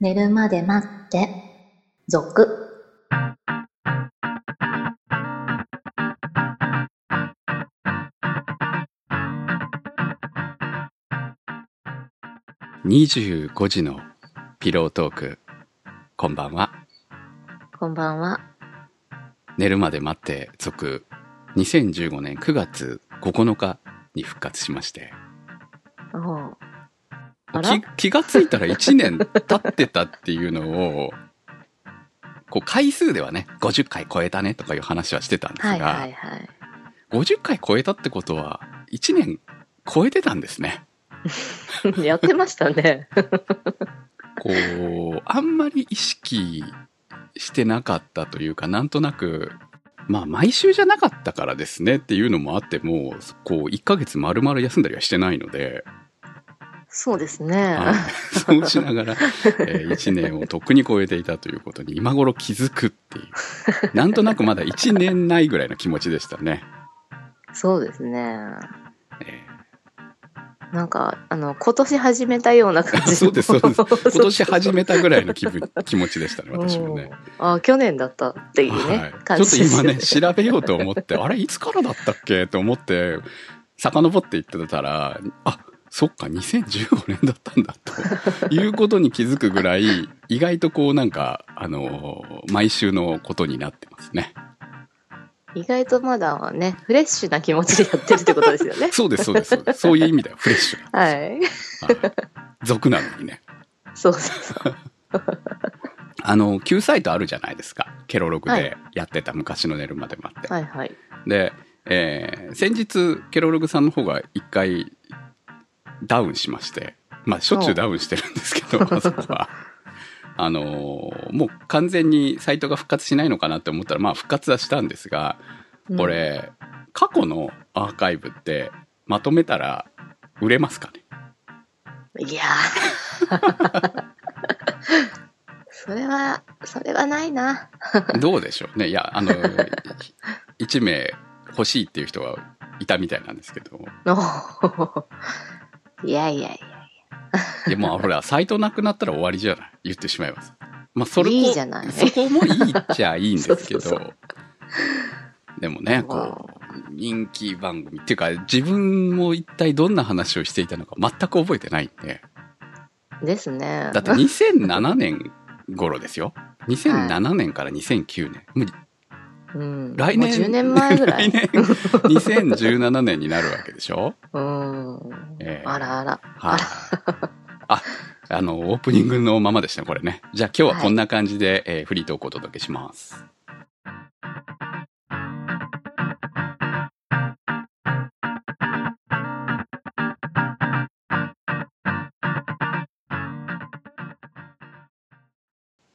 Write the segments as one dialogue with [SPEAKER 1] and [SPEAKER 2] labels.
[SPEAKER 1] 寝るまで待って、続。
[SPEAKER 2] 25時のピロートークこんばんは
[SPEAKER 1] こんばんは。
[SPEAKER 2] 寝るまで待って続2015年9月9日に復活しまして
[SPEAKER 1] おうあら
[SPEAKER 2] 気気がついたら1年経ってたっていうのをこう回数ではね50回超えたねとかいう話はしてたんですが、
[SPEAKER 1] はいはいはい。
[SPEAKER 2] 50回超えたってことは1年超えてたんですね。
[SPEAKER 1] やってましたね。
[SPEAKER 2] こうあんまり意識してなかったというかなんとなくまあ毎週じゃなかったからですねっていうのもあってもこう1ヶ月丸々休んだりはしてないので、
[SPEAKER 1] そうですね。
[SPEAKER 2] はい そうしながら、え1年をとっくに超えていたということに今頃気づくっていうなんとなくまだ1年ないぐらいの気持ちでしたね。
[SPEAKER 1] そうですね。
[SPEAKER 2] え
[SPEAKER 1] なんか、あの、今年始めたような感じ
[SPEAKER 2] そうですそう です
[SPEAKER 1] 今
[SPEAKER 2] ー今年始めたぐらいの気分気持ちでしたね私もね。
[SPEAKER 1] あ去年だったっていうね、
[SPEAKER 2] ち
[SPEAKER 1] 感
[SPEAKER 2] ょっと
[SPEAKER 1] じです
[SPEAKER 2] 今ね、調べようと思って、あれ、いつからだったっけと思って、遡っていってたら、あそっか、2015年だったんだ、ということに気づくぐらい、意外とこう、なんか、あのー毎週のことになってますね。。
[SPEAKER 1] 意外とまだね、フレッシュな気持ちでやってるってことですよ ね
[SPEAKER 2] そうです、そうです、そうです。そういう意味ではフレッシュな。
[SPEAKER 1] はい。
[SPEAKER 2] はい俗なのにね。
[SPEAKER 1] そうそうそう。
[SPEAKER 2] あの、旧サイトあるじゃないですか。ケロログ
[SPEAKER 1] は
[SPEAKER 2] で
[SPEAKER 1] い
[SPEAKER 2] やってた昔の寝るまで待って。
[SPEAKER 1] はいはい。
[SPEAKER 2] で、えー先日ケロログさんの方が一回ダウンしましてまあしょっちゅうダウンしてるんですけど あそこはあのーもう完全にサイトが復活しないのかなって思ったらまあ復活はしたんですが
[SPEAKER 1] うん
[SPEAKER 2] こ。れ、過去のアーカイブってまとめたら売れますか ね
[SPEAKER 1] いやー それは、それはないな。
[SPEAKER 2] どうでしょうねいやあの1名欲しいっていう人がいたみたいなんですけど
[SPEAKER 1] おーいやいやいや。
[SPEAKER 2] いやもうほら、サイトなくなったら終わりじゃない言ってしまいます。まあ、それこ
[SPEAKER 1] いいじゃない
[SPEAKER 2] そこもいいっちゃいいんですけど。
[SPEAKER 1] そうそうそ
[SPEAKER 2] でもね、こう、人気番組っていうか、自分も一体どんな話をしていたのか全く覚えてないんで。
[SPEAKER 1] ですね。
[SPEAKER 2] だって2007年頃ですよ。2007年から2009年。もう
[SPEAKER 1] うん、
[SPEAKER 2] 来年。
[SPEAKER 1] もう10年前ぐら い。
[SPEAKER 2] 来年。2017年になるわけでしょ
[SPEAKER 1] うん。
[SPEAKER 2] ええ
[SPEAKER 1] あらあら。
[SPEAKER 2] はい、あ、あの、オープニングのままでしたね、これね。じゃあ今日はこんな感じで、えーフリートークをお届けします。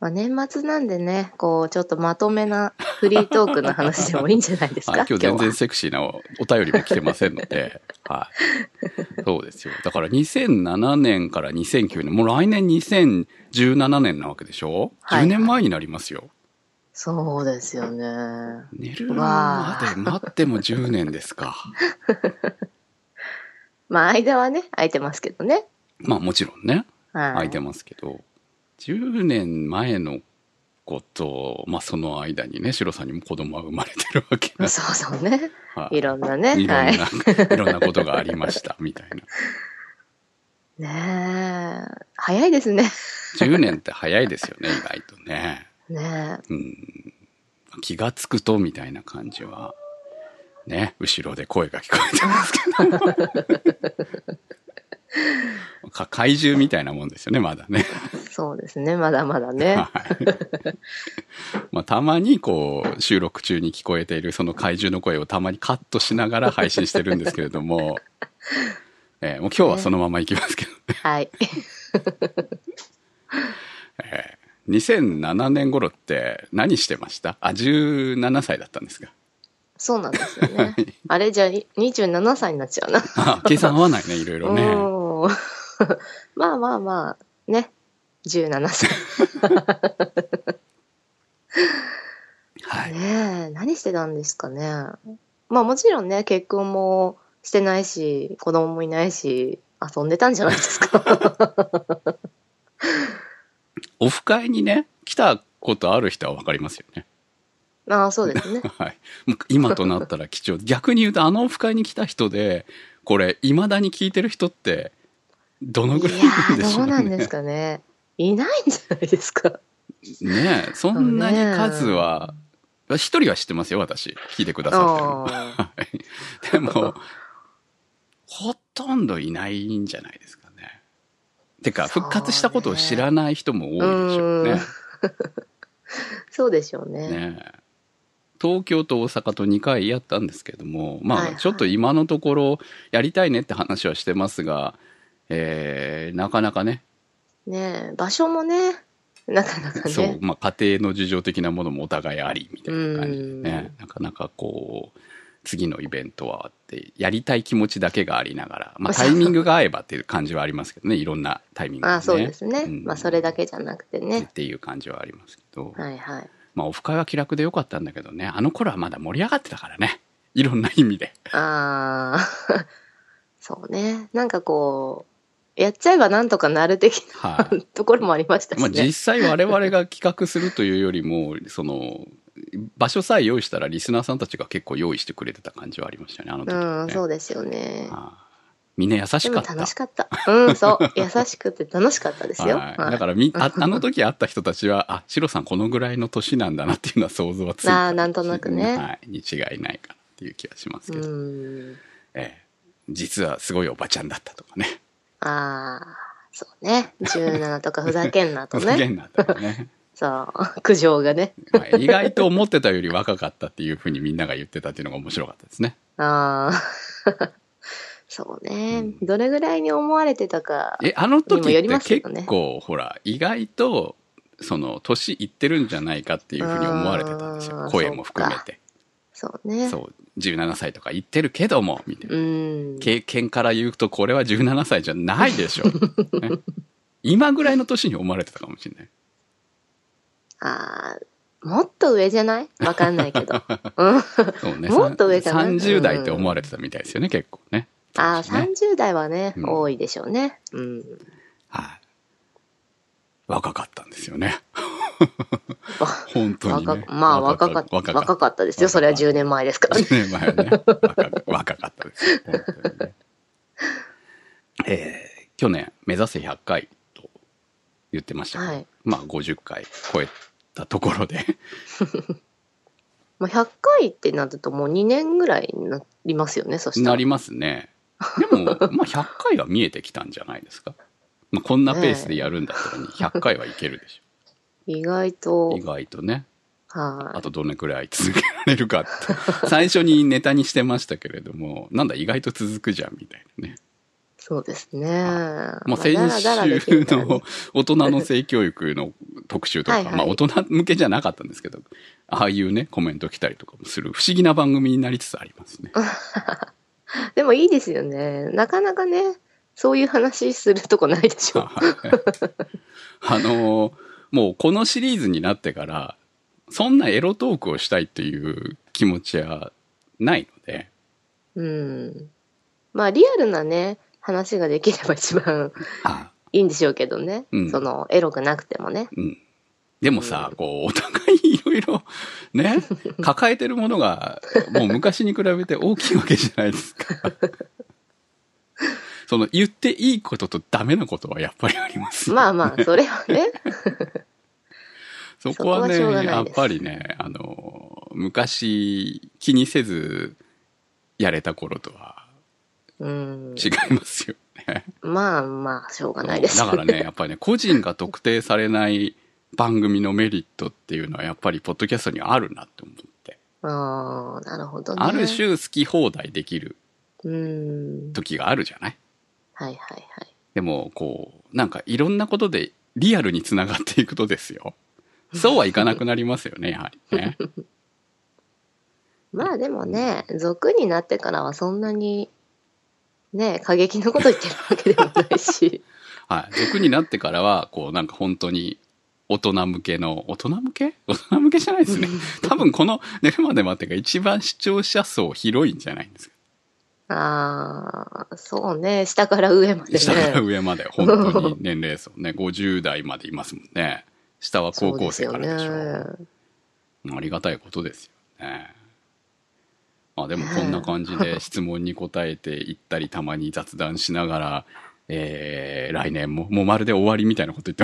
[SPEAKER 1] まあ、年末なんでね、こう、ちょっとまとめなフリートークの話でもいいんじゃないですか。
[SPEAKER 2] はい、今日全
[SPEAKER 1] は
[SPEAKER 2] 然セクシーなおお便りも来てませんので、 はい。そうですよ。だから2007年から2009年、もう来年2017年なわけでしょ、
[SPEAKER 1] はい
[SPEAKER 2] ?10 年前になりますよ。
[SPEAKER 1] そうですよね。
[SPEAKER 2] 寝るまで待っても10年ですか。
[SPEAKER 1] まあ、間はね、空いてますけどね。
[SPEAKER 2] まあもちろんね。
[SPEAKER 1] はい。
[SPEAKER 2] 空いてますけど、10年前のこと、まあ、その間にね、シロさんにも子供は生まれてるわけだ
[SPEAKER 1] そうそうね。
[SPEAKER 2] から
[SPEAKER 1] いろんなね。
[SPEAKER 2] いろん
[SPEAKER 1] は
[SPEAKER 2] な、
[SPEAKER 1] い。
[SPEAKER 2] いろんなことがありました、みたいな。
[SPEAKER 1] ねえ。早いですね。
[SPEAKER 2] 10年って早いですよね、意外とね。
[SPEAKER 1] ね
[SPEAKER 2] うん。気がつくと、みたいな感じは、ね、後ろで声が聞こえてますけ ど。か怪獣みたいなもんですよね、まだね。
[SPEAKER 1] え。そうですね。まだまだね。
[SPEAKER 2] はいまあ、たまにこう収録中に聞こえているその怪獣の声をたまにカットしながら配信してるんですけれども、 えーもう今日はそのままいきますけど、
[SPEAKER 1] はい。
[SPEAKER 2] えー2007年頃って何してましたあ17歳だったんですが
[SPEAKER 1] そうなんです よね。あれじゃあ、に27歳になっちゃうな。
[SPEAKER 2] あ計算合わないねいろいろね
[SPEAKER 1] おー まあまあまあ、ね。17歳。
[SPEAKER 2] はい
[SPEAKER 1] ねえ、何してたんですかね。まあもちろんね、結婚もしてないし、子 供もいないし、遊んでたんじゃないですか。
[SPEAKER 2] オフ会にね、来たことある人はわかりますよね。
[SPEAKER 1] ああ、そうですね。
[SPEAKER 2] はい。もう今となったら貴重。逆に言うと、あのオフ会に来た人で、これ、未だに聞いてる人って、どのぐらい
[SPEAKER 1] い
[SPEAKER 2] い
[SPEAKER 1] や
[SPEAKER 2] るんで
[SPEAKER 1] ー、
[SPEAKER 2] しょ
[SPEAKER 1] ど
[SPEAKER 2] う
[SPEAKER 1] う
[SPEAKER 2] ね。
[SPEAKER 1] なんですかね。いないんじゃないですか。
[SPEAKER 2] ねえそんなに数は、一人は知ってますよ、私。聞いてくださってるの。
[SPEAKER 1] ああ。
[SPEAKER 2] はい。 でも、ほとんどいないんじゃないですかね。てか、
[SPEAKER 1] そうね
[SPEAKER 2] 復活したことを知らない人も多いでしょうね。
[SPEAKER 1] そうでしょうね。
[SPEAKER 2] ねえ東京と大阪と2回やったんですけども、
[SPEAKER 1] はい
[SPEAKER 2] ま
[SPEAKER 1] は
[SPEAKER 2] あ、
[SPEAKER 1] い
[SPEAKER 2] ちょっと今のところやりたいねって話はしてますが、えーなかなかね、
[SPEAKER 1] ねえ場所もね、なかなかね。
[SPEAKER 2] そう、まあ、家庭の事情的なものもお互いありみたいな感じでね、なかなかこう、次のイベントはって、やりたい気持ちだけがありながら、まあ、タイミングが合えばっていう感じはありますけどね、いろんなタイミング
[SPEAKER 1] ああ、そう
[SPEAKER 2] ね
[SPEAKER 1] ですね。
[SPEAKER 2] うん
[SPEAKER 1] まあ、それだけじゃなくてね
[SPEAKER 2] っ。ていう感じはありますけど、
[SPEAKER 1] はいはい。
[SPEAKER 2] まあ、オフ会は気楽でよかったんだけどね、あの頃はまだ盛り上がってたからね、いろんな意味で。
[SPEAKER 1] ああ、 そうね。なんかこう、やっちゃえばなんとかなる的
[SPEAKER 2] は
[SPEAKER 1] な
[SPEAKER 2] い
[SPEAKER 1] ところもありましたし
[SPEAKER 2] まあ、
[SPEAKER 1] ね。
[SPEAKER 2] 実際我々が企画するというよりもその場所さえ用意したらリスナーさんたちが結構用意してくれてた感じはありましたねあの時は
[SPEAKER 1] うん、
[SPEAKER 2] ね、
[SPEAKER 1] そうですよね。
[SPEAKER 2] ああみんな優し
[SPEAKER 1] で
[SPEAKER 2] か
[SPEAKER 1] も
[SPEAKER 2] った
[SPEAKER 1] 楽しかった。うん、そう。優しくて楽しかったですよ。
[SPEAKER 2] はい
[SPEAKER 1] はい
[SPEAKER 2] だからみああの時会った人たちはあシロさんこのぐらいの年なんだなっていうのは想像はつい
[SPEAKER 1] あ
[SPEAKER 2] た
[SPEAKER 1] あなんとなくね
[SPEAKER 2] はい、に違いないかなっていう気がします
[SPEAKER 1] う
[SPEAKER 2] けど、
[SPEAKER 1] ん。
[SPEAKER 2] ええ実はすごいおばちゃんだったとかね
[SPEAKER 1] ああ、そうね。17とかふざけんなと
[SPEAKER 2] ふざけ
[SPEAKER 1] ね。
[SPEAKER 2] んなとかね、
[SPEAKER 1] そう。苦情がね。
[SPEAKER 2] まあ意外と思ってたより若かったっていうふうにみんなが言ってたっていうのが面白かったですね
[SPEAKER 1] ああ。 そうね、
[SPEAKER 2] う
[SPEAKER 1] どれぐらいに思われてたか。
[SPEAKER 2] えあの時
[SPEAKER 1] にもより
[SPEAKER 2] っ
[SPEAKER 1] ます
[SPEAKER 2] て
[SPEAKER 1] けどね
[SPEAKER 2] 結構、ほら意外とその年いってるんじゃないかっていうふうに思われてたんです
[SPEAKER 1] あ
[SPEAKER 2] よ
[SPEAKER 1] ー
[SPEAKER 2] 声も含めて
[SPEAKER 1] そう
[SPEAKER 2] そ
[SPEAKER 1] ね。
[SPEAKER 2] う17歳とか言ってるけどもみたいな、
[SPEAKER 1] うん。
[SPEAKER 2] 経験から言うとこれは17歳じゃないで しょ、ね今ぐらいの年に思われてたかもしれない
[SPEAKER 1] ああ、もっと上じゃないわかんないけど。うん。あ
[SPEAKER 2] そうね
[SPEAKER 1] もっと上かな
[SPEAKER 2] さん30代って思われてたみたいですよね、結構ね
[SPEAKER 1] あ、
[SPEAKER 2] 当時ね
[SPEAKER 1] 30代はね、
[SPEAKER 2] うん
[SPEAKER 1] 多いでしょうね。うん。
[SPEAKER 2] はい若かったんですよね
[SPEAKER 1] わ
[SPEAKER 2] 本当に、ね、
[SPEAKER 1] 若まあ若かった、
[SPEAKER 2] 若
[SPEAKER 1] 若かったですよ。それは10年前ですからね。
[SPEAKER 2] 10年前は ね若く若かったですよ本当にねえー去年目指せ100回と言ってましたけど、
[SPEAKER 1] はい
[SPEAKER 2] まあ50回超えたところで
[SPEAKER 1] まあ、100回ってなるともう2年ぐらいになりますよね、そしたら。
[SPEAKER 2] なりますねでも、まあ、100回は見えてきたんじゃないですか、まあ、こんなペースでやるんだったら100回はいけるでし
[SPEAKER 1] 意外
[SPEAKER 2] ょ
[SPEAKER 1] と
[SPEAKER 2] 意。外とね
[SPEAKER 1] は
[SPEAKER 2] あとどれくらい続けられるかって最初にネタにしてましたけれどもなんだ意外と続くじゃんみたいなね
[SPEAKER 1] い。そうですね。
[SPEAKER 2] もう
[SPEAKER 1] まあ
[SPEAKER 2] 先
[SPEAKER 1] だらだらできる
[SPEAKER 2] 週
[SPEAKER 1] からね
[SPEAKER 2] の大人の性教育の特集とか、
[SPEAKER 1] はいはい
[SPEAKER 2] まあ大人向けじゃなかったんですけど、ああいうね、コメント来たりとかもする不思議な番組になりつつありますね。
[SPEAKER 1] でもいいですよね。なかなかね、そういう話するとこないでしょ。
[SPEAKER 2] あのーもうこのシリーズになってから、そんなエロトークをしたいっていう気持ちはないので、
[SPEAKER 1] うん。まあリアルなね、話ができれば一番
[SPEAKER 2] あ
[SPEAKER 1] いいんでしょうけどね。
[SPEAKER 2] うん
[SPEAKER 1] その、エロくなくてもね。
[SPEAKER 2] うん。でもさ、こう、お互いいろいろ、ね、 抱えてるものが、もう昔に比べて大きいわけじゃないです か。その、言っていいこととダメなことはやっぱりあります。
[SPEAKER 1] まあ まあ、それはね。
[SPEAKER 2] そこはね、
[SPEAKER 1] そこはしょうがな
[SPEAKER 2] や
[SPEAKER 1] い
[SPEAKER 2] っ
[SPEAKER 1] です
[SPEAKER 2] ぱりね、あの、昔、気にせず、やれた頃とは
[SPEAKER 1] うん。
[SPEAKER 2] 違いますよね。
[SPEAKER 1] まあまあ、しょうがないです
[SPEAKER 2] だ
[SPEAKER 1] よ
[SPEAKER 2] からね、やっぱりね、個人が特定されない番組のメリットっていうのは、やっぱり、ポッドキャストにはあるなって思って。
[SPEAKER 1] ああ、なるほどね。
[SPEAKER 2] ある。種好き放題できる
[SPEAKER 1] うん。
[SPEAKER 2] 時があるじゃない
[SPEAKER 1] はいはいはい。
[SPEAKER 2] でもこうなんかいろんなことでリアルにつながっていくとです よそうはいかなくなりますよねやはりね
[SPEAKER 1] まあでもね、俗になってからはそんなに、ね、過激なこと言ってるわけでもな いし。
[SPEAKER 2] はい俗になってからはこうなんか本当に大人向けの大人向け大人向けじゃない ですね多分この「寝るまで待って」が一番視聴者層広いんじゃないんですか
[SPEAKER 1] ああ、そうね、 下から上までね。
[SPEAKER 2] 下から上まで本当に年齢層ね50代までいますもんね下は
[SPEAKER 1] そ
[SPEAKER 2] 高
[SPEAKER 1] うで
[SPEAKER 2] 校生
[SPEAKER 1] すよ
[SPEAKER 2] か
[SPEAKER 1] ね
[SPEAKER 2] らでしょありがたいことですよね。まあでもこんな感じで質問に答えていったり、たまに雑談しながら、えー、来年も、もうまるで終わりみたいなこと言って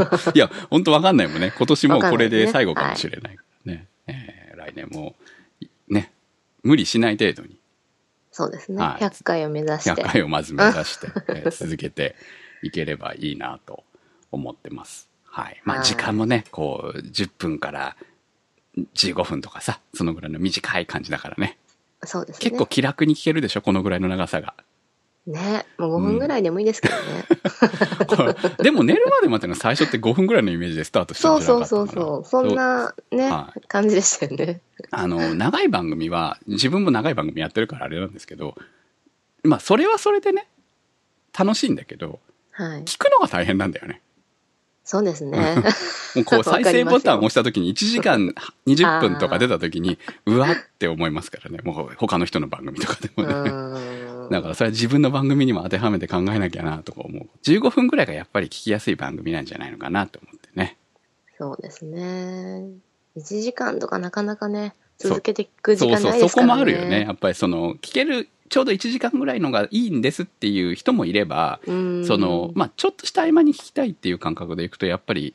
[SPEAKER 2] ますけど。いや、ほんとわかんないもんね。今年もうこれで最後かもしれないからね。えー来年も、ね、無理しない程度に、
[SPEAKER 1] そうですね、
[SPEAKER 2] はい
[SPEAKER 1] 100回を目指して
[SPEAKER 2] 100回をまず目指 して、えー続けていければいいなと思ってます。はい。ま
[SPEAKER 1] は
[SPEAKER 2] あ
[SPEAKER 1] い
[SPEAKER 2] 時間もね、こう、10分から15分とかさ、そのぐらいの短い感じだからね。
[SPEAKER 1] そうですね
[SPEAKER 2] 結構気楽に聞けるでしょ、このぐらいの長さが。
[SPEAKER 1] ねもう5分ぐらいでもいいですけどね、
[SPEAKER 2] こうでも寝るまで待っての最初って5分ぐらいのイメージでスタートした
[SPEAKER 1] そ
[SPEAKER 2] ん
[SPEAKER 1] う
[SPEAKER 2] じゃなか
[SPEAKER 1] そう
[SPEAKER 2] ったかな
[SPEAKER 1] そうそうそんなね、
[SPEAKER 2] は
[SPEAKER 1] 感じでしたよね
[SPEAKER 2] あの、長い番組は、自分も長い番組やってるからあれなんですけど、まあ、それはそれでね、楽しいんだけど、
[SPEAKER 1] はい
[SPEAKER 2] 聞くのが大変なんだよね。
[SPEAKER 1] そうですね
[SPEAKER 2] もうこう、
[SPEAKER 1] わか
[SPEAKER 2] 再
[SPEAKER 1] りますよ
[SPEAKER 2] 生ボタンを押した時に1時間20分とか出た時に、うわって思いますからね。もう他の人の番組とかで
[SPEAKER 1] う
[SPEAKER 2] もね。
[SPEAKER 1] ーん
[SPEAKER 2] だからそれは自分の番組にも当てはめて考えなきゃなとか思う。15分ぐらいがやっぱり聞きやすい番組なんじゃないのかなと思ってね。
[SPEAKER 1] そうですね1時間とかなかなかね
[SPEAKER 2] そう
[SPEAKER 1] 続けていく時
[SPEAKER 2] そう
[SPEAKER 1] 間
[SPEAKER 2] そ、
[SPEAKER 1] ないう
[SPEAKER 2] そ
[SPEAKER 1] です
[SPEAKER 2] こ
[SPEAKER 1] からね
[SPEAKER 2] もあるよね。やっぱりその、聞ける、ちょうど1時間ぐらいのがいいんですっていう人もいれば、
[SPEAKER 1] うーん
[SPEAKER 2] その、まあちょっとした合間に聞きたいっていう感覚でいくと、やっぱり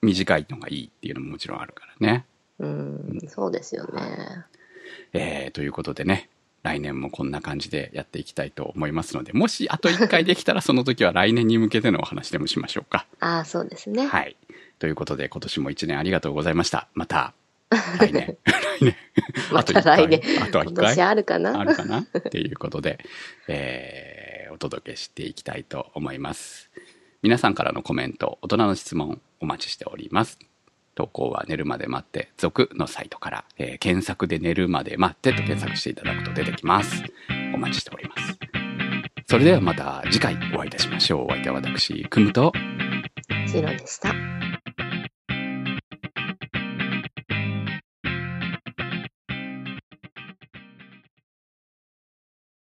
[SPEAKER 2] 短いのがいいっていうのももちろんあるからね。
[SPEAKER 1] うーんそうですよね
[SPEAKER 2] えーということでね、来年もこんな感じでやっていきたいと思いますので、もしあと1回できたら、その時は来年に向けてのお話でもしましょうか。
[SPEAKER 1] ああそうですね
[SPEAKER 2] はい。ということで、今年も1年ありがとうございました。また、来年。来年。
[SPEAKER 1] また来年
[SPEAKER 2] あと1回。
[SPEAKER 1] 今
[SPEAKER 2] あと1
[SPEAKER 1] 年
[SPEAKER 2] 回。
[SPEAKER 1] あるかな
[SPEAKER 2] あるかなっていうことで、 えーお届けしていきたいと思います。皆さんからのコメント、大人の質問お待ちしております。投稿は寝るまで待って、続のサイトから、えー検索で寝るまで待ってと検索していただくと出てきます。お待ちしております。それではまた次回お会いいたしましょう。お相手は私、くむと、
[SPEAKER 1] シロでした